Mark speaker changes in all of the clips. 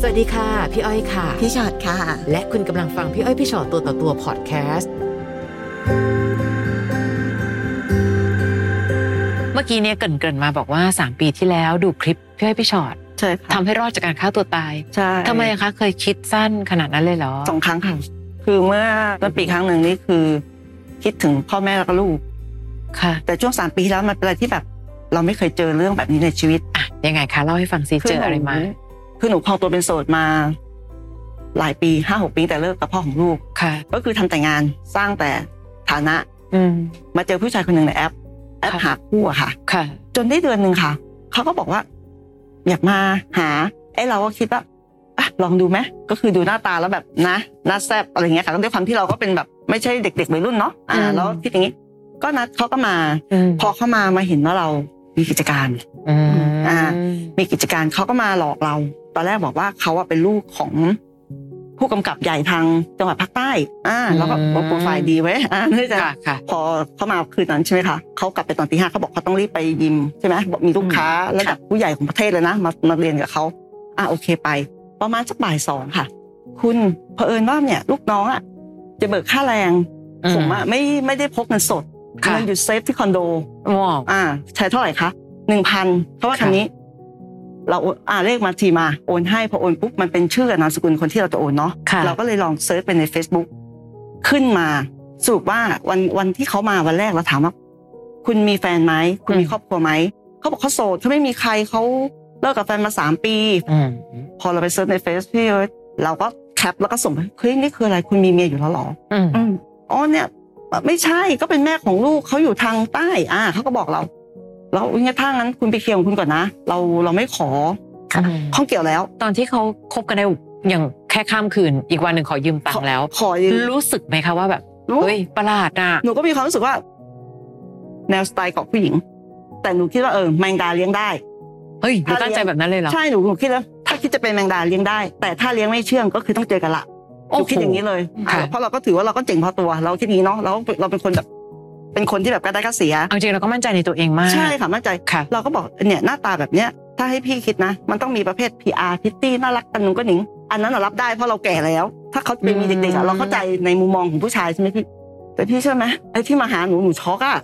Speaker 1: สวัสดีค่ะ พี่อ้อยค่ะ
Speaker 2: พี่ชอดค่ะ
Speaker 1: และคุณกำลังฟังพี่อ้อยพี่ชอตตัวต่อตัวพอดแคสต์เมื่อกี้เนี่ยเกรินๆมาบอกว่า 3 ปีที่แล้วดูคลิปพี่อ้อยพี่ชอต
Speaker 3: ใช่
Speaker 1: ทำ
Speaker 3: ค่ะ
Speaker 1: ให้รอดจากการฆ่าตัวตาย
Speaker 3: ใช่
Speaker 1: ทำไมอะคะเคยคิดสั้นขนาดนั้นเลยเหรอ
Speaker 3: สองครั้งค่ะ คือเมื่อต้นปีครั้งหนึ่งนี่คือ คิดถึงพ่อแม่แล้วก็ลูก
Speaker 1: ค่ะ
Speaker 3: แต่ช่วงสามปีที่แล้วมันเป็นอะไรที่แบบ เราไม่เคยเจอเรื่องแบบนี้ในชีวิต
Speaker 1: อ่ะยังไงคะเล่าให้ฟังซิเจออะไรมา
Speaker 3: คืหนูคือหนูครองตัวเป็นโสดมา หลายปีห้าหกปีแต่เลิกกับพ่อของลูก
Speaker 1: ค่ะ
Speaker 3: ก็คือทำแต่งานสร้างแต่ฐานะ
Speaker 1: อืม
Speaker 3: มาเจอผู้ชายคนหนึ่งในแอป แอป
Speaker 1: ค่ะ
Speaker 3: หาคู่อะค่ะ
Speaker 1: ค่ะ
Speaker 3: จนได้เดือนหนึ่งค่ะเขาก็บอกว่า อยากมาหาไอ้เราก็คิดว่าอ่ะลองดูไหมก็คือดูหน้าตาแล้วแบบนะหน้าแซบอะไรเงี้ยค่ะก็ด้วยความที่เราก็เป็นแบบไม่ใช่เด็กๆวัยรุ่นเนาะ
Speaker 1: อื
Speaker 3: อ่าม แล้วคิดอย่างนี้ ก็นัดเขาก็มา
Speaker 1: อืม
Speaker 3: พอเข้ามามาเห็นว่าเรามีกิจการ
Speaker 1: อืม
Speaker 3: อ่า มีกิจการเขาก็มาหลอกเรา ตอนแรกบอกว่าเขาอะเป็นลูกของผู้กำกับใหญ่ทางจังหวัดภาคใต้อ่าแล้วก็โปรไฟล์ดีไว้อ่าเพื่อจะ
Speaker 1: ค่ะค่ะ
Speaker 3: พอเขามาคืนนั้นใช่ไหมคะเขากลับไปตอนตีห้าเขาบอกเขาต้องรีบไปยิมใช่ไหมบอกมีลูกค้าระดับผู้ใหญ่ของประเทศเลยนะ มามาเรียนกับเขาอ่ะโอเคไป ประมาณสักบ่ายสองค่ะ คุณเผอิญว่าเนี่ยลูกน้องอ่ะจะเบิกค่าแรง ผมอ่ะไม่ไม่ได้พกเงินสด
Speaker 1: ค่ะ
Speaker 3: เงินอยู่เซฟที่คอนโด
Speaker 1: อืมว้าว
Speaker 3: อ่า ใช้เท่าไหร่คะหนึ่งพันเพราะว่าคำนี้ เราโอนอ่าเลขมาทีมาโอนให้พอโอนปุ๊บมันเป็นชื่อกับนามสกุลคนที่เราจะโอนเนาะ
Speaker 1: ค่ะ
Speaker 3: เราก็เลยลองเซิร์ชไปใน Facebook ขึ้นมาสรุปว่าวันวันที่เขามาวันแรกเราถามว่า คุณมีแฟนไหมคุณมีครอบครัวไหมเขาบอกเขาโสดเขาไม่มีใครเขาเลิกกับแฟนมาสามปี
Speaker 1: อืม
Speaker 3: พอเราไปเซิร์ชในเฟซพี่เอิร์ธเราก็แคปแล้วก็ส่งไปเฮ้ยนี่คืออะไรคุณมีเมียอยู่แล้วเหรอ
Speaker 1: อืม
Speaker 3: อืมอ๋อเนี่ย ไม่ใช่ก็เป็นแม่ของลูกเขาอยู่ทางใต้ อ่าเขาก็บอกเราแล้วงั้นถ้างั้นคุณไปเคลียร์ของคุณก่อนนะเราเราไม่ขอ
Speaker 1: ค่ะ
Speaker 3: ข้องเกี่ยวแล้ว
Speaker 1: ตอนที่เขาคบกันได้อย่างแค่ข้ามคืน อีกวันหนึ่งขอยืมตังค์แล้ว
Speaker 3: ขอยืม
Speaker 1: รู้สึกไหมคะว่าแบบเฮ้ยประหลาดอ่ะ
Speaker 3: หนูก็มีความรู้สึกว่า แนวสไตล์ของผู้หญิง แต่หนูคิดว่าเออแมงดาเลี้ยงได้
Speaker 1: เฮ้ยหนูตั้งใจแบบนั้นเลยเหรอ
Speaker 3: ใช่หนูหนูคิดแล้วถ้าคิดจะเป็นแมงดาเลี้ยงได้ แต่ถ้าเลี้ยงไม่เชื่องก็คือต้องเจอกันละห
Speaker 1: โโห
Speaker 3: นูคิดอย่างนี้เลย
Speaker 1: ค่ะ
Speaker 3: อ่ะเพราะเราก็ถือว่าเราก็เจ๋งพอตัว เราคิดอย่างนี้เนาะเราเราเป็นคนแบบ เป็นคนที่แบบกระได้กระเสีย
Speaker 1: เอาจริงเราก็มั่นใจในตัวเองมาก
Speaker 3: ใช่ค่ะมั่นใจ
Speaker 1: ค่ะ
Speaker 3: เราก็บอกเนี่ยหน้าตาแบบเนี้ย ถ้าให้พี่คิดนะ มันต้องมีประเภท PR พิตตี้น่ารักกันหนุ่งก็หนิง อันนั้นเรารับได้เพราะเราแก่แล้ว ถ้าเขาเป็นมีเด็กๆ
Speaker 1: อื
Speaker 3: อะ
Speaker 1: ม
Speaker 3: เราเข้าใจในมุมมองของผู้ชายใช่ไหมพี่ แต่พี่เชื่อไหมไอ้ที่มาหาหนูหนูช็อกอะ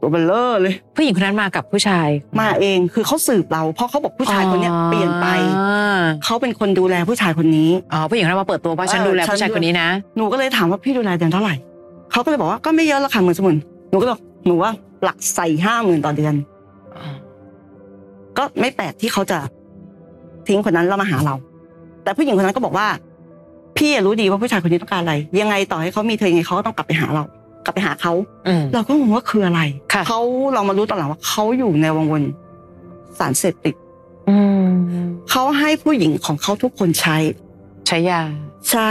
Speaker 3: ตัวเบลเลอร์เลย
Speaker 1: ผู้หญิงคนนั้นมากับผู้ชาย
Speaker 3: มาเองคือเขาสืบเรา เพราะเขาบอกผู้ชายคนเนี้ยเปลี่ยนไป
Speaker 1: อ๋อ
Speaker 3: เขาเป็นคนดูแลผู้ชายคนนี้
Speaker 1: อ๋อผู้หญิงคนนั้นมาเปิดตัวว่าฉันดูแลผู้ชายคนนี้นะ
Speaker 3: หนูก็เลยถามว่าพี่ดูแลเดือนเท่าไหร่ เขาก็เลยบอกว่าก็ไม่เยอะละค่ะหมื่นสมุนหนูก็เลยบอกหนูว่าหลักใส่ห้าหมื่นต่อเดือน ก็ไม่แปลกที่เขาจะทิ้งคนนั้นแล้วมาหาเรา แต่ผู้หญิงคนนั้นก็บอกว่า พี่อะรู้ดีว่าผู้ชายคนนี้ต้องการอะไร ยังไงต่อให้เขามีเธอยังไงเขาก็ต้องกลับไปหาเรา กลับไปหาเขา
Speaker 1: อืม
Speaker 3: เราก็งงว่าคืออะไร
Speaker 1: ค่ะ
Speaker 3: เขาเรามารู้ตอนหลังว่าเขาอยู่ในวงวนสารเสพติด
Speaker 1: อืม
Speaker 3: เขาให้ผู้หญิงของเขาทุกคนใช้
Speaker 1: ใช้ยา
Speaker 3: ใช่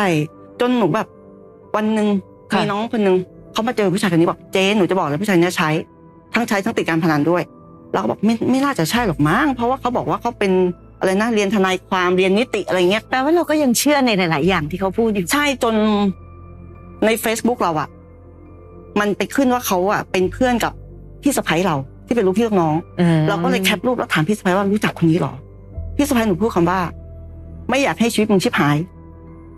Speaker 3: จนหนูแบบ วันหนึ่ง
Speaker 1: ค่ะ
Speaker 3: มีน้องคนหนึ่งเขามาเจอผู้ชายคนนี้บอกเจ๊หนูจะบอกเลยผู้ชายเนี้ยใช้ ทั้งใช้ทั้งติดการพนันด้วยเราก็บอกไม่ไม่น่าจะใช่หรอกมั้งเพราะว่าเขาบอกว่าเขาเป็นอะไรนะเรียนทนายความเรียนนิติอะไรเงี้ย
Speaker 2: แปลว่าเราก็ยังเชื่อในหลาย ๆ อย่างที่เขาพูดอยู่
Speaker 3: ใช่จนใน Facebook เราอะมันไปขึ้นว่าเขาอะเป็นเพื่อนกับพี่สะพ้ยเราที่เป็นลูกพี่ลูกน้อง
Speaker 1: อืม
Speaker 3: เราก็เลยแคปรูปแล้วถามพี่สะพ้ยว่ารู้จักคนนี้เหรอ พี่สะพ้ยหนูพูดคำว่า ไม่อยากให้ชีวิตมึงชิบหาย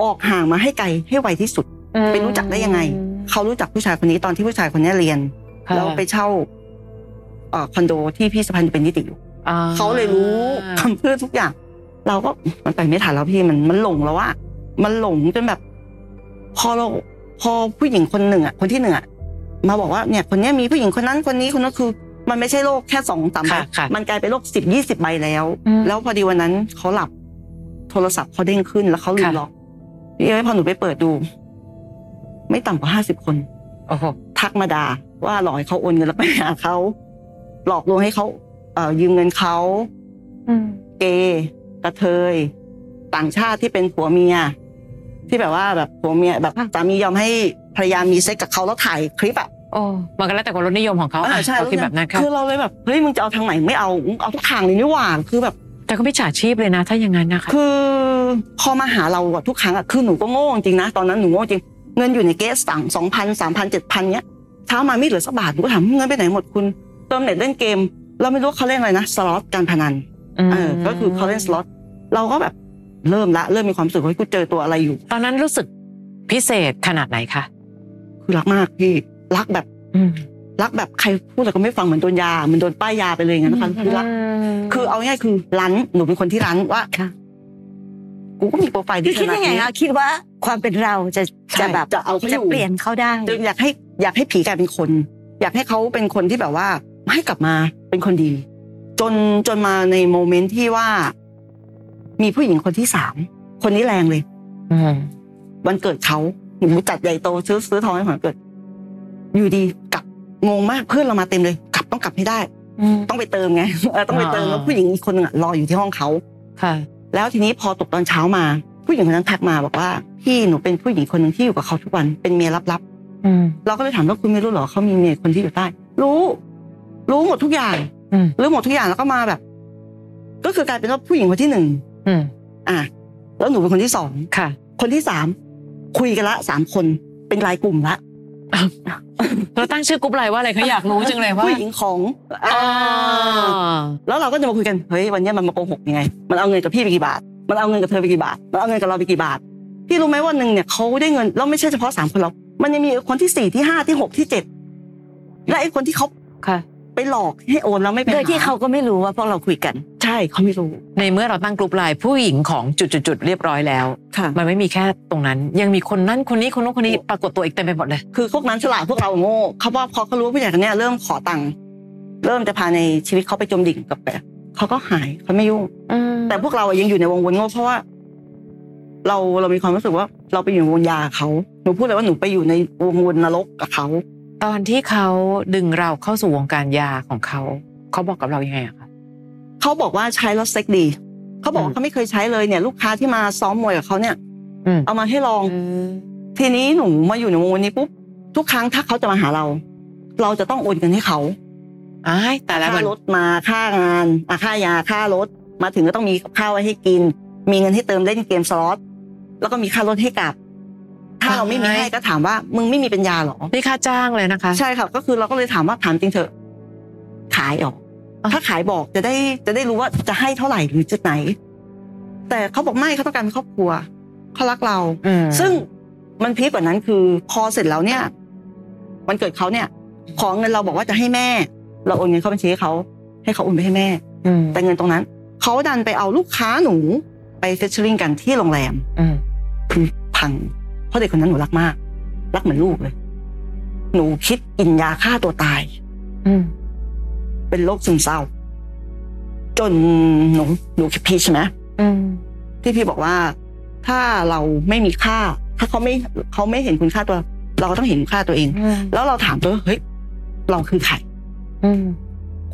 Speaker 3: ออกห่างมาให้ไกลให้ไวที่สุด
Speaker 1: อืม
Speaker 3: ไปรู้จักได้ยังไง เขารู้จักผู้ชายคนนี้ตอนที่ผู้ชายคนนี้เรียน
Speaker 1: ค่ะ
Speaker 3: แล้วไปเช่าเอ่อคอนโดที่พี่สะพันเป็นนิติอยู่
Speaker 1: อ่
Speaker 3: เขาเลยรู้คำพูดทุกอย่าง เราก็มันไปไม่ทันแล้วพี่มันมันหลงแล้วว่ามันหลงจนแบบ พอเราพอผู้หญิงคนหนึ่งอ่ะคนที่หนึ่งอ่ะมาบอกว่าเนี่ย คนเนี้ยมีผู้หญิงคนนั้นคนนี้คนนั้นคือ มันไม่ใช่โรคแค่สองสามใบ
Speaker 1: ค่ะค่ะ
Speaker 3: มันกลายเป็นโรคสิบยี่สิบใบแล้ว
Speaker 1: อืม
Speaker 3: แล้วพอดีวันนั้นเขาหลับ โทรศัพท์เขาเด้งขึ้นแล้วเขาลืม
Speaker 1: ค่ะ
Speaker 3: ล็อกพี่เอ้ยพอหนูไปเปิดดู ไม่ต่ำกว่าห้าสิบคน
Speaker 1: โอ้โห
Speaker 3: ทักมาด่าว่าหลอกให้เขาโอนเงินแล้วไปหาเขาหลอกลวงให้เขาเอ่อยืมเงินเขาเกย์กระเทย ต่างชาติที่เป็นผัวเมีย ที่แบบว่าแบบผัวเมียแบบ
Speaker 1: อ่ะ
Speaker 3: สามียอมให้ภรรยามีเซ็กกับเขาแล้วถ่ายคลิปอ่ะ
Speaker 1: โอ้มันก็แล้วแต่คนรสนิยมของเขา
Speaker 3: อ่าใช่
Speaker 1: เขาคิดแบบนั้นค่ะ
Speaker 3: คือเราเลยแบบเฮ้ยมึงจะเอาทางไหนไม่เอามึงเอาทุกทางเลยนี่หว่าคือแบบ
Speaker 1: แต่ก็ไม่ฉาชีพเลยนะ ถ้าอย่างนั้นนะคะ
Speaker 3: คือพอมาหาเราอะทุกครั้งอะคือหนูก็โง่จริงนะตอนนั้นหนูโง่จริงเงินอยู่ในเกสสั่งสองพันสามพันเจ็ดพันเนี้ยเช้ามาไม่เหลือสักบาทหนูก็ถามเงินไปไหนหมดคุณเติมเน็ตเล่นเกม เราไม่รู้เขาเล่นอะไรนะสล็อตการพนันเออก็คือเขาเล่นสล็อตเราก็แบบ เริ่มละเริ่มมีความรู้สึกว่าเฮ้ยกูเจอตัวอะไรอยู่
Speaker 1: ตอนนั้นรู้สึกพิเศษขนาดไหนคะ
Speaker 3: คือรักมากพี่รักแบบ
Speaker 1: อืม
Speaker 3: รักแบบใครพูดแต่ก็ไม่ฟังเหมือนโดนยาเหมือนโดนป้ายยาไปเลยอย่างนั้นนะคะคือรัก คือเอาง่ายๆคือรั้นหนูเป็นคนที่รั้นว่า
Speaker 2: ค่ะ
Speaker 3: กูก็มีโปรไฟล์
Speaker 2: คือ
Speaker 3: ที่
Speaker 2: คิดยังไง
Speaker 3: ขนา
Speaker 2: คะคิดว่าความเป็นเราจะ
Speaker 3: ใช่
Speaker 2: จะแบบ
Speaker 3: จะเอาเขาอ
Speaker 2: จะ
Speaker 3: ยู่
Speaker 2: เปลี่ยนเขาได้
Speaker 3: จนอยากให้อยากให้ผีกลายเป็นคน อยากให้เขาเป็นคนที่แบบว่าให้กลับมาเป็นคนดี จนจนมาในโมเมนต์ที่ว่า มีผู้หญิงคนที่สามคนนี้แรงเลย
Speaker 1: อืม
Speaker 3: วันเกิดเขาหนูจัดใหญ่โตซื้อซื้อทองให้ของวันเกิด อยู่ดีกลับงงมากเพื่อนเรามาเต็มเลย กลับต้องกลับให้ได้
Speaker 1: อืม
Speaker 3: ต้องไปเติมไง เออต้องไปเติม
Speaker 1: อ่า
Speaker 3: แล้วผู้หญิงอีกคนหนึงอะรออยู่ที่ห้องเขา
Speaker 1: ค่ะ
Speaker 3: แล้วทีนี้พอตกตอนเช้ามา ผู้หญิงคนนั้นทักมาบอกว่าพี่หนูเป็นผู้หญิงคนหนึ่งที่อยู่กับเขาทุกวันเป็นเมียลับ
Speaker 1: อืม
Speaker 3: ๆเราก็เลยถามว่าคุณไม่รู้เหรอเขามีเมียคนที่อยู่ใต้ รู้ รู้หมดทุกอย่าง
Speaker 1: อืม
Speaker 3: รู้หมดทุกอย่างแล้วก็มาแบบ ก็คือกลายเป็นว่าผู้หญิงคนที่หนึ่ง
Speaker 1: อืม
Speaker 3: อ่ะแล้วหนูเป็นคนที่สอง
Speaker 1: ค่ะ
Speaker 3: คนที่สามคุยกันละสามคนเป็นรายกลุ่มละ
Speaker 1: เราตั้งชื่อกรุ๊ปไลน์ว่าอะไรเขาอยากรู้จังเลยว่า
Speaker 3: ผู้หญิงของ
Speaker 1: อ๋อ
Speaker 3: แล้วเราก็จะมาคุยกันเฮ้ยวันเนี้ยมันมาโกหกยังไง มันเอาเงินกับพี่ไปกี่บาท มันเอาเงินกับเธอไปกี่บาทมันเอาเงินกับเราไปกี่บาท พี่รู้ไหมวันหนึ่งเนี่ยเขาได้เงินแล้วไม่ใช่เฉพาะสามคนหรอกมันยังมีคนที่สี่ที่ห้าที่หกที่เจ็ดและไอ้คนที่เขา
Speaker 1: ค่ะ
Speaker 3: ไปหลอกให้โอนแล้วไม่เป็น
Speaker 2: โดยที่เขาก็ไม่รู้ว่าพวกเราคุยกัน
Speaker 3: ใช่เขาไม่รู้
Speaker 1: ในเมื่อเราตั้งกรุ๊ปไลน์ผู้หญิงของจุดๆๆเรียบร้อยแล้ว
Speaker 3: ค่ะ
Speaker 1: มันไม่มีแค่ตรงนั้น ยังมีคนนั้นคนนี้คนนู้นคนนี้ปรากฏตัวอีกเต็มไปหมดเลย
Speaker 3: คือพวกนั้นฉลาดพวกเราโง่เขาว่าพอเขารู้ว่าผู้ใหญ่คนเนี้ยเริ่มขอตังค์เริ่มจะพาในชีวิตเขาไปจมดิ่งกับแบบเขาก็หายเขาไม่ยุ่ง แต่พวกเราอะยังอยู่ในวงวนโง่เพราะว่า เราเรามีความรู้สึกว่า เราไปอยู่ในวงยากับเขาหนูพูดเลยว่าหนูไปอยู่ในวงวนนรกกับเขา
Speaker 1: ตอนที่เขาดึงเราเข้าสู่วงการยาของเขา เขาบอกกับเรายังไงอะคะ
Speaker 3: เขาบอกว่าใช้แล้วเซ็กดี เขาบอก
Speaker 1: อื
Speaker 3: ว่าม เขาไม่เคยใช้เลยเนี่ย ลูกค้าที่มาซ้อมมวยกับเขาเนี่ย
Speaker 1: อืม
Speaker 3: เอามาให้ลอง ทีนี้หนูมาอยู่ในวงวนนี้ปุ๊บทุกครั้งถ้าเขาจะมาหาเรา เราจะต้องโอนเงินให้เขา
Speaker 1: อ้ายแต่ละ
Speaker 3: ค่า
Speaker 1: มัน
Speaker 3: รถมาค่างานอ่ะค่ายาค่ารถ มาถึงก็ต้องมีกับข้าวไว้ให้กิน มีเงินให้เติมเล่นเกมสล็อตแล้วก็มีค่ารถให้กลับ ถ้าเราไม่มีให้ก็ถามว่า มึงไม่มีปัญญาเหรอ
Speaker 1: นี่ค่าจ้างเลยนะคะ
Speaker 3: ใช่ค่ะก็คือเราก็เลยถามว่าถามจริงเถอะ ขายออก
Speaker 1: อ่ะ
Speaker 3: ถ้าขายบอกจะได้จะได้รู้ว่าจะให้เท่าไหร่หรือจุดไหน แต่เขาบอกไม่เขาต้องการเป็นครอบครัวเขารักเรา
Speaker 1: อืม
Speaker 3: ซึ่งมันพีคกว่านั้นคือพอเสร็จแล้วเนี่ยวันเกิดเขาเนี่ย ของเงินเราบอกว่าจะให้แม่ เราโอนเงินเข้าบัญชีให้เขาให้เขาโอนไปให้แม่
Speaker 1: อืม
Speaker 3: แต่เงินตรงนั้นเขาดันไปเอาลูกค้าหนู ไปเฟชเชอริงกันที่โรงแรม
Speaker 1: อืม
Speaker 3: คือพัง เพราะเด็กคนนั้นหนูรักมาก รักเหมือนลูกเลย หนูคิดกินยาฆ่าตัวตาย
Speaker 1: อืม
Speaker 3: เป็นโรคซึมเศร้า จนหนูหนูคิดพีชใช่ไหม
Speaker 1: อืม
Speaker 3: ที่พี่บอกว่า ถ้าเราไม่มีค่า ถ้าเขาไม่เขาไม่เห็นคุณค่าตัว เราก็ต้องเห็นคุณค่าตัวเอง
Speaker 1: อืม
Speaker 3: แล้วเราถามตัวเฮ้ยเราคือใคร
Speaker 1: อืม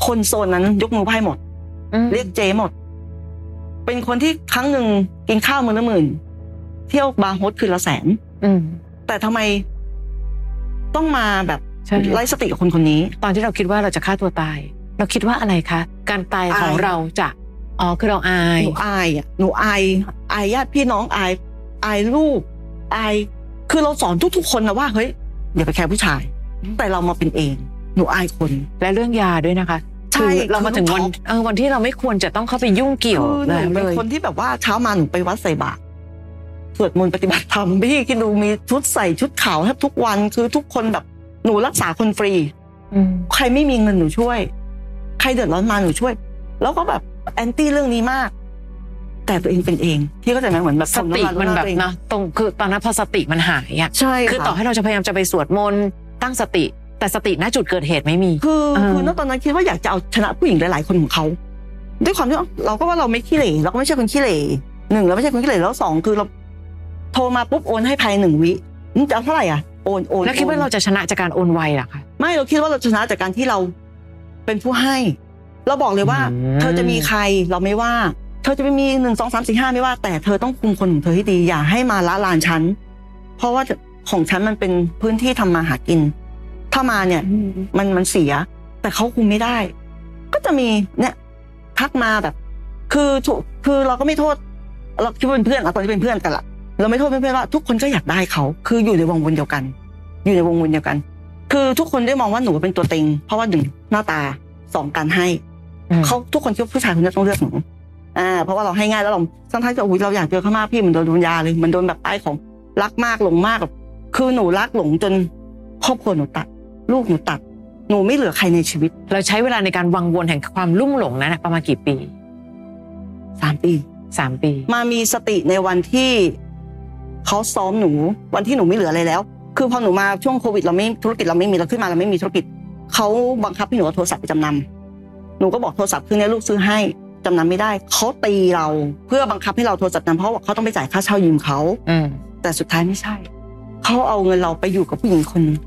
Speaker 3: คนโซนนั้นยกมือไหว้หมด
Speaker 1: อืม
Speaker 3: เรียกเจหมด เป็นคนที่ครั้งหนึ่งกินข้าวมื้อละหมื่น เที่ยวบาร์โฮสคืนละแสน
Speaker 1: อืม
Speaker 3: แต่ทำไมต้องมาแบบ
Speaker 1: ใช่
Speaker 3: ไร้สติกับคนคนนี้
Speaker 1: ตอนที่เราคิดว่าเราจะฆ่าตัวตาย เราคิดว่าอะไรคะ การตายของ
Speaker 3: อาย
Speaker 1: เราจะอ๋อคือเราอาย
Speaker 3: หนูอายอ่ะหนูอายอายญาติพี่น้องอายอายลูกอายคือเราสอนทุกๆคนนะว่าเฮ้ยอย่าไปแคร์ผู้ชาย แต่เรามาเป็นเอง หนูอายคน
Speaker 1: และเรื่องยาด้วยนะคะ
Speaker 3: ใช่
Speaker 1: คือเรามาถึงวัน
Speaker 3: คือต้อง
Speaker 1: เออวันที่เราไม่ควรจะต้องเข้าไปยุ่งเกี่ยว
Speaker 3: คือหนู
Speaker 1: แล้ว
Speaker 3: เป็
Speaker 1: เล
Speaker 3: น
Speaker 1: ย
Speaker 3: คนที่แบบว่าเช้ามาหนูไปวัดใส่บาตรสวดมนต์ปฏิบัติธรรมพี่คิดดูมีชุดใส่ชุดขาวแทบทุกวันคือทุกคนแบบหนูรักษาคนฟรี
Speaker 1: อืม
Speaker 3: ใครไม่มีเงินหนูช่วย ใครเดือดร้อนมาหนูช่วย แล้วก็แบบแอนตี้เรื่องนี้มาก แต่ตัวเองเป็นเองที่เข้าใจไหมเหมือนแบบ
Speaker 1: สติมันแบบ
Speaker 3: ตัวเอง
Speaker 1: นะตรงคือตอนนั้นพอสติมันหายอ่ะ
Speaker 3: ใช่
Speaker 1: คือ
Speaker 3: ค่ะ
Speaker 1: ต่อให้เราจะพยายามจะไปสวดมนต์ตั้งสติ แต่สติณจุดเกิดเหตุไม่มี
Speaker 3: คือ
Speaker 1: เออ
Speaker 3: คือณตอนนั้นคิดว่าอยากจะเอาชนะผู้หญิงหลาย ๆ คนของเขา ด้วยความที่ว่าเราก็ว่าเราไม่ขี้เหร่เราก็ไม่ใช่คนขี้เหร่หนึ่งเราไม่ใช่คนขี้เหร่แล้วสองคือเราโทรมาปุ๊บโอนให้ภายในหนึ่งวิมึงจะเอาเท่าไหร่อ่ะโอนโอน
Speaker 1: แล้วคิดว่าเราจะชนะจากการโอนไวเหรอคะ
Speaker 3: ไม่เราคิดว่าเราชนะจากการที่เราเป็นผู้ให้ เราบอกเลยว่า
Speaker 1: อืม
Speaker 3: เธอจะมีใครเราไม่ว่า เธอจะไปมีหนึ่งสองสามสี่ห้าไม่ว่า แต่เธอต้องคุมคนของเธอให้ดีอย่าให้มาละลานฉันเพราะว่าของฉันมันเป็นพื้นที่ทำมาหากิน ถ้ามาเนี่ย มันมันเสีย แต่เขาคุมไม่ได้ ก็จะมีเนี่ยทักมาแบบ คือถูกคือเราก็ไม่โทษ เราคิดว่าเป็นเพื่อนเราตอนที่เป็นเพื่อนกันละเราไม่โทษเพื่อนๆว่าทุกคนก็อยากได้เขาคืออยู่ในวงวนเดียวกัน อยู่ในวงวนเดียวกัน คือทุกคนได้มองว่าหนูเป็นตัวเต็ง เพราะว่าหนึ่งหน้าตาสองการให้
Speaker 1: อืม
Speaker 3: เขาทุกคนคิดว่าผู้ชายคนนี้ต้องเลือกหนู อ่าเพราะว่าเราให้ง่ายแล้วเราทั้งท้ายจะอุ้ยเราอยากเจอเขามากพี่มันโดนโดนยาเลยมันโดนแบบป้ายของรักมากหลงมากแบบคือหนูรักหลงจนครอบครัวหนูตัด ลูกหนูตัด หนูไม่เหลือใครในชีวิต
Speaker 1: เราใช้เวลาในการวังวนแห่งความลุ่มหลงนั้นนะประมาณกี่ปี
Speaker 3: สามปี
Speaker 1: สามปี
Speaker 3: มามีสติในวันที่เขาซ้อมหนู วันที่หนูไม่เหลืออะไรแล้ว คือพอหนูมาช่วงโควิดเราไม่ธุรกิจเราไม่มีเราขึ้นมาเราไม่มีธุรกิจเขาบังคับให้หนูเอาโทรศัพท์ไปจำนำหนูก็บอกโทรศัพท์เครืองนี้ลูกซื้อให้จำนำไม่ได้เขาตีเราเพื่อบังคับให้เราโทรศัพท์นั้นเพราะว่าเขาต้องไปจ่ายค่าเช่ายืมเขา
Speaker 1: อืม
Speaker 3: แต่สุดท้ายไม่ใช่เขาเอาเงินเราไปอยู่กับผู้หญิงคนหนึ่ง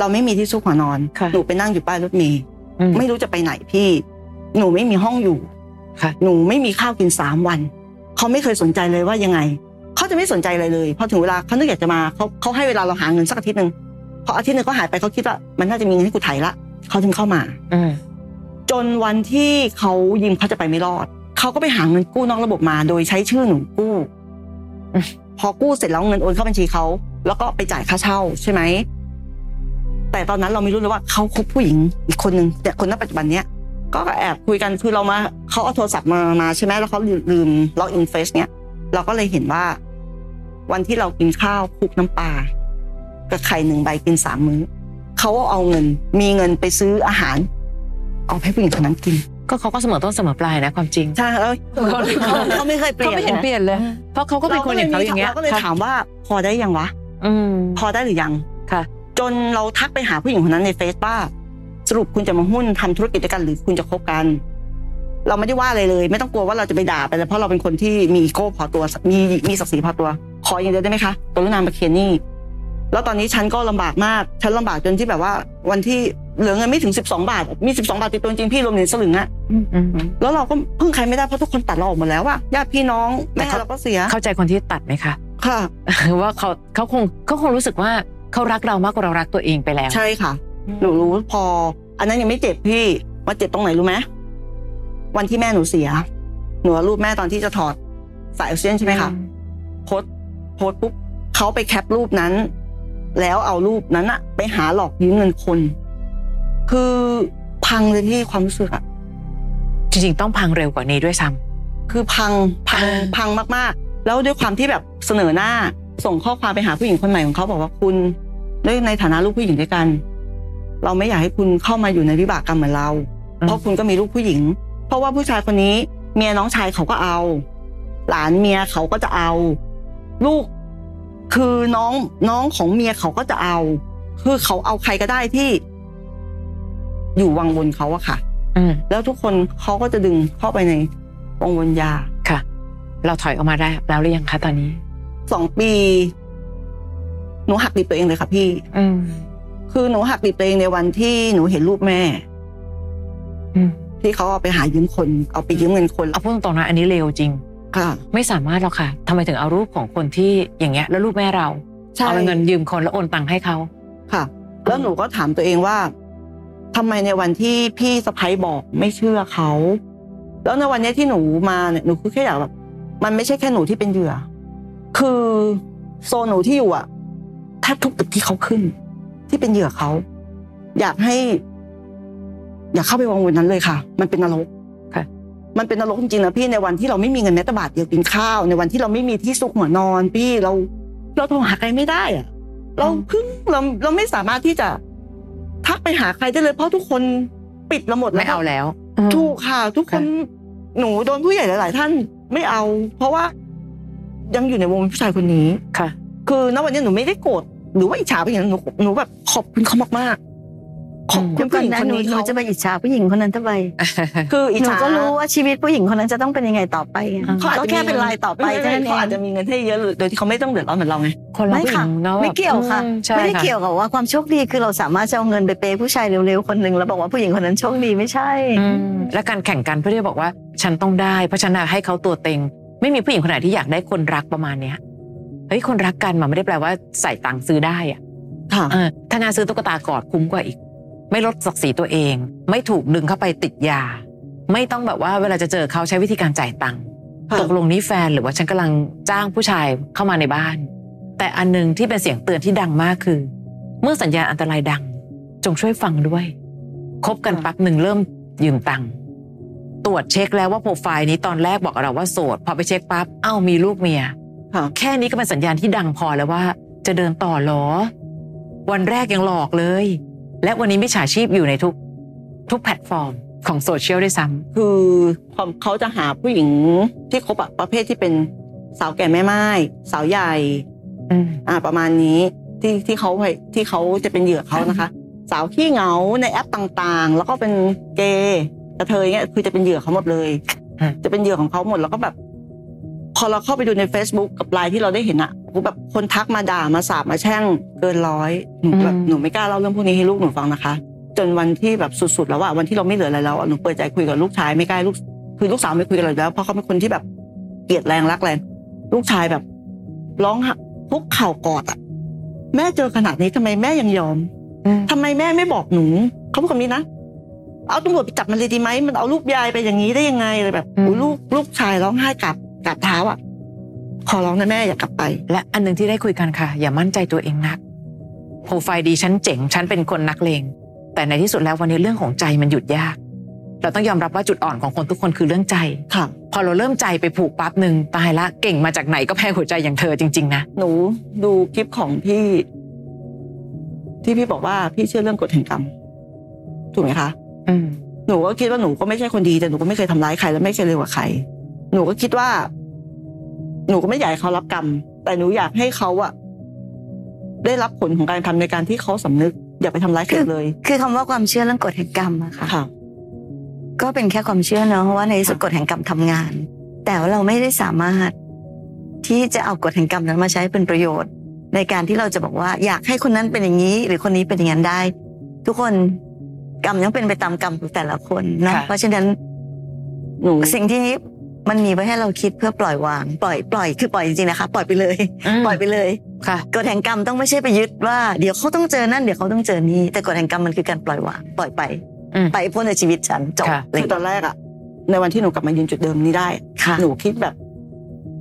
Speaker 3: เราไม่มีที่ซุกหัวนอน
Speaker 2: ค่ะ
Speaker 3: หนูไปนั่งอยู่ป้ายรถเมล์
Speaker 1: อืม
Speaker 3: ไม่รู้จะไปไหนพี่ หนูไม่มีห้องอยู่
Speaker 1: ค่ะ
Speaker 3: หนูไม่มีข้าวกินสามวัน เขาไม่เคยสนใจเลยว่ายังไง เขาจะไม่สนใจอะไรเลย พอถึงเวลาเขานึกอยากจะมาเขาเขาให้เวลาเราหาเงินสักอาทิตย์หนึ่งพออาทิตย์หนึ่งเขาหายไปเขาคิดว่ามันน่าจะมีเงินให้กูไถ่ายละเขาถึงเข้ามา
Speaker 1: อืม
Speaker 3: จนวันที่เขายืมเขาจะไปไม่รอด เขาก็ไปหาเงินกู้นอกระบบมา โดยใช้ชื่อหนูกู้ พอกู้เสร็จแล้วเงินโอนเข้าบัญชีเขาแล้วก็ไปจ่ายค่าเช่าใช่ไหม แต่ตอนนั้นเราไม่รู้เลยว่าเขาคบผู้หญิงอีกคนนึงแต่ยคนณปัจจุบันเนี้ยก็แอบคุยกันคือเรามาเขาเอาโทรศัพท์มามาใช่ไหมแล้วเขาลืมล็อกอินเฟซเนี้ยเราก็เลยเห็นว่า วันที่เรากินข้าวคลุกน้ำปลากับไข่หนึ่งใบกินสามมื้อเขาเอาเงิน มีเงินไปซื้ออาหาร เอาให้ผู้หญิงคนนั้นกิน
Speaker 1: ก็เขาก็เสมอต้นเสมอปลายนะความจริง
Speaker 3: ใช่แล้วเขาเขาไม่เคยเปลี่
Speaker 4: ก็
Speaker 3: ยน
Speaker 4: ไม่เห็นเปลี่ยนเลย
Speaker 1: เพราะเขาก็เป็นคนอย่างเขาอย่างเงี้ย
Speaker 3: เราก็เลย
Speaker 1: ค่ะ
Speaker 3: ถามว่าพอได้ยังวะ
Speaker 1: อืม
Speaker 3: พอได้หรือยัง
Speaker 1: ค่ะ
Speaker 3: จนเราทักไปหาผู้หญิงคนนั้นในเฟซว่าสรุปคุณจะมาหุ้นทำธุรกิจด้วยกันหรือคุณจะคบกัน เราไม่ได้ว่าอะไรเลย ไม่ต้องกลัวว่าเราจะไปด่าไปแล้วเพราะเราเป็นคนที่มีอีโก้พอตัวมีมีศักดิ์ศรีพอตัว ขออย่างเดียวได้ไหมคะกรุณามาเคลียร์หนี้แล้วตอนนี้ฉันก็ลำบากมาก ฉันลำบากจนที่แบบว่า วันที่เหลือเงินไม่ถึง 12 บาท มี 12 บาทติดตัวจริงๆพี่รวมเหรียญสลึงอะ
Speaker 1: อืม
Speaker 3: แล้วเราก็พึ่งใครไม่ได้เพราะทุกคนตัดเราออกหมดแล้วอะญาติพี่น้องแม่เราก็เสีย
Speaker 1: เข้าใจคนที่ตัดไหมคะ
Speaker 3: ค่ะ
Speaker 1: ว่าเขาเขาคงเขาคงรู้สึกว่าเขารักเรามากกว่าเรารักตัวเองไปแล้ว
Speaker 3: ใช่ค่ะ หนูรู้พอ อันนั้นยังไม่เจ็บพี่มาเจ็บตรงไหนรู้ไหมวันที่แม่หนูเสีย หนูเอารูปแม่ตอนที่จะถอดสายออกซิเจนใช่ไหมคะ
Speaker 1: อืม
Speaker 3: โพสต์โพสต์ปุ๊บเขาไปแคปรูปนั้น แล้วเอารูปนั้นอะไปหาหลอกยืมเงินคน คือพังเลยพี่ความรู้สึกอะ
Speaker 1: จริง ๆ ต้องพังเร็วกว่านี้ด้วยซ้
Speaker 3: คือพังพัง
Speaker 1: อ่า
Speaker 3: พังมากๆ แล้วด้วยความที่แบบเสนอหน้าส่งข้อความไปหาผู้หญิงคนใหม่ของเขาบอกว่าคุณด้วยในฐานะลูกผู้หญิงด้วยกัน เราไม่อยากให้คุณเข้ามาอยู่ในวิบากกรรมเหมือนเรา
Speaker 1: อืม
Speaker 3: เพราะคุณก็มีลูกผู้หญิง เพราะว่าผู้ชายคนนี้ เมียน้องชายเขาก็เอา หลานเมียเขาก็จะเอา ลูก คือน้องน้องของเมียเขาก็จะเอา คือเขาเอาใครก็ได้ที่ อยู่วังวนเขาอะค่ะ
Speaker 1: ำอืม
Speaker 3: แล้วทุกคนเขาก็จะดึงเข้าไปในวังวนยา
Speaker 1: ค่ะ เราถอยออกมาได้แล้วหรือยังคะตอนนี้
Speaker 3: สองปี หนูหักดิบตัวเองเลยค่ะพี่
Speaker 1: อืม
Speaker 3: คือหนูหักดิบตัวเองในวันที่หนูเห็นรูปแม่
Speaker 1: อืม
Speaker 3: ที่เขาเอาไปหายืมคน เอาไปยืมเงินคน
Speaker 1: เอาพูดตรงๆนะอันนี้เร็วจริง
Speaker 3: ค่ะ
Speaker 1: ไม่สามารถหรอกค่ะทำไมถึงเอารูปของคนที่อย่างเงี้ย แล้วรูปแม่เราเอาเงินยืมคนแล้วโอนตังค์ให้เขา
Speaker 3: ค่ะ แล้วหนูก็ถามตัวเองว่าทำไมในวันที่พี่สะพ้ยบอกไม่เชื่อเขา แล้วในวันเนี้ยที่หนูมาเนี่ยหนูคือแค่อยากแบบมันไม่ใช่แค่หนูที่เป็นเหยื่อ คือโซนหนูที่อยู่อะแทบทุกตึกที่เขาขึ้น ที่เป็นเหยื่อเขาอยากให้ อยากเข้าไปวงวนนั้นเลยค่ะ มันเป็นนรก
Speaker 1: ค่ะ
Speaker 3: มันเป็นนรกจริงๆนะพี่ในวันที่เราไม่มีเงินแม้แต่บาทเดียวกินข้าว ในวันที่เราไม่มีที่ซุกหัวนอน พี่เรา เราโทรหาใครไม่ได้อะเราเพิ่งเราเราไม่สามารถที่จะทักไปหาใครได้เลย เพราะทุกคนปิดเราหมด
Speaker 1: ไม่
Speaker 3: แล้ว
Speaker 1: เอาแล้ว
Speaker 3: ถูกค่ะ ทุกคนหนูโดนผู้ใหญ่หลาย ๆ ท่านไม่เอา เพราะว่ายังอยู่ในวงผู้ชายคนนี้
Speaker 1: ค่ะ
Speaker 3: คือ ณวันนี้หนูไม่ได้โกรธหรือว่าอิจฉาไปอย่างนั้นหนูหนูแบบขอบคุณเขามากๆขอบคุ
Speaker 2: เดี๋
Speaker 3: ณ
Speaker 2: ยวก่
Speaker 3: ผู้
Speaker 2: อ
Speaker 3: หญิง
Speaker 2: นนะ
Speaker 3: คน
Speaker 2: หนู
Speaker 3: นี้
Speaker 2: หนู
Speaker 3: เขา
Speaker 2: จะไปอิจฉาผู้หญิงคนนั้นทำไม
Speaker 3: คืออิจ
Speaker 2: หนู
Speaker 3: ฉา
Speaker 2: ก็รู้ว่าชีวิตผู้หญิงคนนั้นจะต้องเป็นยังไงต่อไปไง
Speaker 1: อ่า
Speaker 3: เขาอาจ
Speaker 2: ก็
Speaker 3: จะมี
Speaker 2: แค่เป็นลายต่อไป
Speaker 3: ม่ม่
Speaker 2: แค่นั้นเอ
Speaker 3: เขา
Speaker 2: ง
Speaker 3: อาจจะมีเงินให้เยอะหรือโดยที่เขาไม่ต้องเดือดร้อนเหมือนเราไง
Speaker 1: คนเรา
Speaker 2: ไม่
Speaker 1: ผู้ห
Speaker 2: ค่ะ
Speaker 1: ญิงเนาะแบบ
Speaker 2: ไม่เกี่ยวค่ะ
Speaker 1: อืมใช่
Speaker 2: ไม่ได้
Speaker 1: ค่ะ
Speaker 2: เกี่ยวกับว่าความโชคดีคือเราสามารถจะเอาเงินไปเปย์ผู้ชายเร็วๆคนหนึ่งแล้วบอกว่าผู้หญิงคนนั้นโชคดีไม่ใช่
Speaker 1: อืมและการแข่งกันเพื่อที่จะบอกว่า ฉันต้องได้ เพราะฉันน่ะให้เขาตัวเต็ง ไม่มีผู้หญิงคนไหนที่อยากได้คนรักประมาณเนี้ยเฮ้ยคนรักกันมันไม่ได้แปลว่าใส่ตังค์ซื้อได้อะ
Speaker 3: ค่ะ
Speaker 1: เออถ้างานซื้อตุ๊กตากอดคุ้มกว่าอีก ไม่ลดศักดิ์ศรีตัวเอง ไม่ถูกดึงเข้าไปติดยา ไม่ต้องแบบว่าเวลาจะเจอเขาใช้วิธีการจ่ายตังค์
Speaker 3: ค่ะ
Speaker 1: ตกลงนี้แฟนหรือว่าฉันกำลังจ้างผู้ชายเข้ามาในบ้าน แต่อันหนึงที่เป็นเสียงเตือนที่ดังมากคือ เมื่อสัญญาณอันตรายดัง จงช่วยฟังด้วยคบกันแปั๊บหนึ่งเริ่มยืมตังค์ ตรวจเช็คแล้วว่าโปรไฟล์นี้ตอนแรกบอกกับเราว่าโสด พอไปเช็คปั๊บเอ้ามีลูกเมีย
Speaker 3: ค่ะ
Speaker 1: แค่นี้ก็เป็นสัญญาณที่ดังพอแล้วว่า จะเดินต่อเหรอ วันแรกยังหลอกเลย และวันนี้มิจฉาชีพอยู่ในทุก ทุกแพลตฟอร์มของโซเชียลด้วยซ้
Speaker 3: คือความเขาจะหาผู้หญิงที่คบอะประเภทที่เป็นสาวแก่แม่ไม้สาวใหญ่
Speaker 1: ำอืม
Speaker 3: อ่าประมาณนี้ที่ที่เขาไปที่เขาจะเป็นเหยื่อเขานะคะ สาวขี้เหงาในแอปต่างๆ แล้วก็เป็นเกย์กระเทยเงี้ยคือจะเป็นเหยื่อเขาหมดเลย
Speaker 1: อืม
Speaker 3: จะเป็นเหยื่อของเขาหมดแล้วก็แบบพอเราเข้าไปดูใน Facebook กับไลน์ที่เราได้เห็นอะกูแบบคนทักมาด่ามาสาบมาแช่งเกินร้อยหนูแบบหนูไม่กล้าเล่าเรื่องพวกนี้ให้ลูกหนูฟังนะคะ จนวันที่แบบสุดๆแล้วอะวันที่เราไม่เหลืออะไรแล้วอะหนูเปิดใจคุยกับลูกชายไม่กล้าให้ลูกคือลูกสาวไม่คุยกับเราอยู่แล้วเพราะเขาเป็นคนที่แบบเกลียดแรงรักแรงลูกชายแบบ ร้องไห้คุกเข่ากอดอะแม่เจอขนาดนี้ทำไมแม่ยังยอม
Speaker 1: อืม
Speaker 3: ทำไมแม่ไม่บอกหนูเขาพูดคำนี้นะเอาตำรวจไปจับมันเลยดีไหมมันเอาลูกยายไปอย่างนี้ได้ยังไงอะไรแบบโอ้ลูกลูกชายร้องไห้กลับกลับเท้าอะขอร้องนะแม่อย่ากลับไป
Speaker 1: และอันหนึ่งที่ได้คุยกันค่ะ อย่ามั่นใจตัวเองนักโปรไฟล์ดีฉันเจ๋งฉันเป็นคนนักเลงแต่ในที่สุดแล้ววันนี้เรื่องของใจมันหยุดยาก เราต้องยอมรับว่าจุดอ่อนของคนทุกคนคือเรื่องใจ
Speaker 3: ค่ะ
Speaker 1: พอเราเริ่มใจไปผูกปั๊บหนึ่งตายละเก่งมาจากไหนก็แพ้หัวใจอย่างเธอจริง ๆ นะ
Speaker 3: หนูดูคลิปของพี่ ที่พี่บอกว่าพี่เชื่อเรื่องกฎแห่งกรรมถูกไหมคะ
Speaker 1: อืม
Speaker 3: หนูก็คิดว่าหนูก็ไม่ใช่คนดีแต่หนูก็ไม่เคยทำร้ายใครและไม่เคยเลวกับใคร หนูก็คิดว่า หนูก็ไม่อยากให้เขารับกรรม แต่หนูอยากให้เขาอะได้รับผลของการทำในการที่เขาสำนึก อย่าไปทำร้ายใครเลย
Speaker 2: คือคำว่าความเชื่อเรื่องกฎแห่งกรรมอะค่ะ
Speaker 3: ค่ะ
Speaker 2: ก็เป็นแค่ความเชื่อเนาะว่าในที่สุดกฎแห่งกรรมทำงาน แต่ว่าเราไม่ได้สามารถ ที่จะเอากฎแห่งกรรมนั้นมาใช้เป็นประโยชน์ ในการที่เราจะบอกว่าอยากให้คนนั้นเป็นอย่างนี้ หรือคนนี้เป็นอย่างนั้นได้ ทุกคนกรรมยังเป็นไปตามกรรมของแต่ละคนเนาะ
Speaker 1: ค่ะ
Speaker 2: เพราะฉะนั้น
Speaker 3: หนู
Speaker 2: สิ่งที่มันมีไว้ให้เราคิดเพื่อปล่อยวาง ปล่อยปล่อยคือปล่อยจริงๆนะคะ ปล่อยไปเลย ปล่อยไปเลย
Speaker 1: ค่ะ
Speaker 2: กฎแห่งกรรมต้องไม่ใช่ไปยึดว่าเดี๋ยวเขาต้องเจอนั่นเดี๋ยวเขาต้องเจอนี่แต่กฎแห่งกรรมมันคือการปล่อยวางปล่อยไป
Speaker 1: อืม
Speaker 2: ไปพ้นในชีวิตฉันจบ
Speaker 1: ค่ะ
Speaker 2: อะไรอ
Speaker 3: คื
Speaker 2: ย่า
Speaker 3: องตอย น
Speaker 2: เล
Speaker 3: แรกอะในวันที่หนูกลับมายืนจุดเดิมนี้ได้
Speaker 2: ค่ะ
Speaker 3: หนูคิดแบบ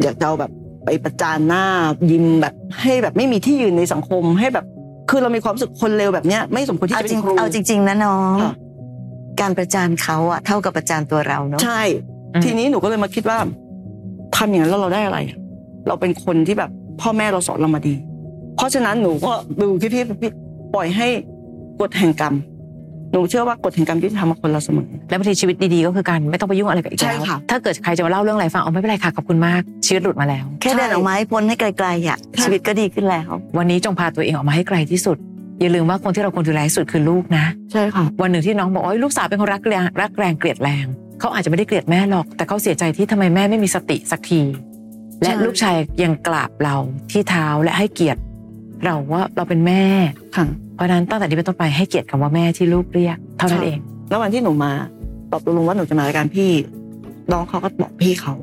Speaker 3: อยากจะเอาแบบไปประจานหน้ายิ้มแบบให้แบบไม่มีที่ยืนในสังคมให้แบบ คือเรามีความรู้สึกคนเลวแบบเนี้ย ไม่สมควรที่
Speaker 2: เอา
Speaker 3: จะ
Speaker 2: จริ
Speaker 3: เป็
Speaker 2: ง
Speaker 3: นครู
Speaker 2: เอาจริง ๆ นะน้อง
Speaker 3: ค่ะ
Speaker 2: การประจานเขาอะเท่ากับประจานตัวเราเนาะ
Speaker 3: ใช่
Speaker 1: อืม
Speaker 3: ทีนี้หนูก็เลยมาคิดว่าทำอย่างนั้นแล้วเราได้อะไรอะเราเป็นคนที่แบบพ่อแม่เราสอนเรามาดี เพราะฉะนั้นหนูก็ดูคลิปพี่พี่ปล่อยให้กฎแห่งกรรม หนูเชื่อว่ากฎแห่งกรรมที่ทำมาคนเราเสมอ
Speaker 1: แล้วบางทีชีวิตดีๆก็คือการไม่ต้องไปยุ่งอะไรกับอีกแล้ว
Speaker 3: ใช่ค่ะ
Speaker 1: ถ้าเกิดใครจะมาเล่าเรื่องอะไรฟังเอาไม่เป็นไรค่ะขอบคุณมากชีวิตหลุดมาแล้ว
Speaker 2: แค่
Speaker 3: ใช่
Speaker 2: เดินออกมาให้พ้นให้ไกลๆอะ
Speaker 1: ค่ะ
Speaker 2: ชีวิตก็ดีขึ้นแล้ว
Speaker 1: วันนี้จงพาตัวเองออกมาให้ไกลที่สุด อย่าลืมว่าคนที่เราควรดูแลที่สุดคือลูกนะ
Speaker 3: ใช่ค่ะ
Speaker 1: วันหนึ่งที่น้องบอกโอ้ยลูกสาวเป็นคนรักแรงรักแรงเกลียดแรง เขาอาจจะไม่ได้เกลียดแม่หรอก แต่เขาเสียใจที่ทำไมแม่ไม่มีสติสักที และ
Speaker 2: ใช่
Speaker 1: ลูกชายยังกราบเราที่เท้าและให้เกียรติ เราว่าเราเป็นแม่
Speaker 3: ค่ะ
Speaker 1: เพราะฉะนั้นตั้งแต่นี้เป็นต้นไปให้เกียรติคำว่าแม่ที่ลูกเรียกเท่านั้น
Speaker 3: ใช่
Speaker 1: เอง
Speaker 3: แล้ววันที่หนูมาตอบตกลงว่าหนูจะมารายการพี่ น้องเขาก็บอกพี่เขา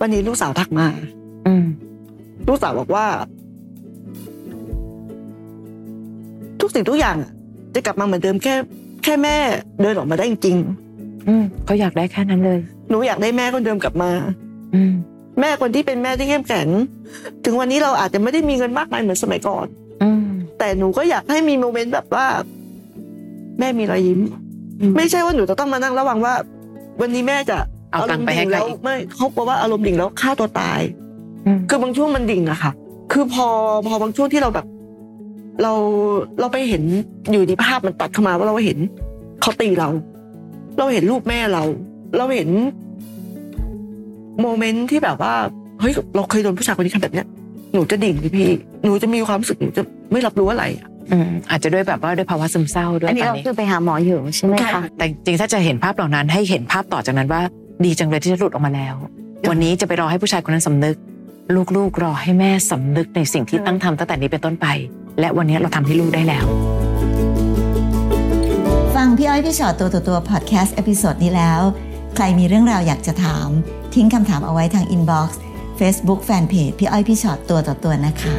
Speaker 3: วันนี้ลูกสาวทักมา
Speaker 1: อืม
Speaker 3: ลูกสาวบอกว่า ทุกสิ่งทุกอย่างอะจะกลับมาเหมือนเดิมแค่ แค่แม่เดินออกมาได้จริง
Speaker 1: อืมเขาอยากได้แค่นั้นเลย
Speaker 3: หนูอยากได้แม่คนเดิมกลับมา
Speaker 1: อืม
Speaker 3: แม่คนที่เป็นแม่ที่เข้มแข็งถึงวันนี้เราอาจจะไม่ได้มีเงินมากมายเหมือนสมัยก่อน
Speaker 1: อืม
Speaker 3: แต่หนูก็อยากให้มีโมเมนต์แบบว่า แม่มีรอยยิ้ม
Speaker 1: อืม
Speaker 3: ไม่ใช่ว่าหนูจะต้องมานั่งระวังว่า วันนี้แม่จะ
Speaker 1: เอาตังค์ไปให้
Speaker 3: อารมณ์
Speaker 1: ใคร
Speaker 3: ดิ่แล้ว
Speaker 1: อีก
Speaker 3: ไม่เขาบอกว่าอารมณ์ดิ่งแล้วฆ่าตัวตาย
Speaker 1: อืม
Speaker 3: คือบางช่วงมันดิ่งอะค่ะ คือพอพอบางช่วงที่เราแบบ เราเราไปเห็นอยู่ดีภาพมันตัดเข้ามาว่าเราเห็นเขาตีเรา เราเห็นรูปแม่เรา เราเห็น โมเมนต์ที่แบบว่าเฮ้ยเราเคยโดนผู้ชายคนนี้ทำแบบเนี้ยหนูจะดิ่งดิพี่ หนูจะมีความรู้สึกหนูจะไม่รับรู้อะไรอะ
Speaker 1: อืมอาจจะด้วยแบบว่าด้วยภาวะซึมเศร้าด้วย
Speaker 2: อันนี้
Speaker 1: ต
Speaker 2: เราคือไปหาหมออยู่ใช่ไหมคะ
Speaker 1: แต่จริงๆถ้าจะเห็นภาพเหล่านั้นให้เห็นภาพต่อจากนั้นว่า ดีจังเลยที่จะหลุดออกมาแล้ว วันนี้จะไปรอให้ผู้ชายคนนั้นสำนึก ลูกๆรอให้แม่สำนึกในสิ่งที่ตั้งทำตั้งแต่นี้เป็นต้นไป และวันนี้เราทำให้ลูกได้แล้ว
Speaker 4: ฟังพี่อ้อยพี่ชอตตัวต่อตัวพอดแคสต์เอพิโซดนี้แล้ว ใครมีเรื่องราวอยากจะถาม ทิ้งคำถามเอาไว้ทางอินบ็อกซ์เฟซบุ๊กแฟนเพจพี่อ้อยพี่ชอตตัวต่อตัวนะคะ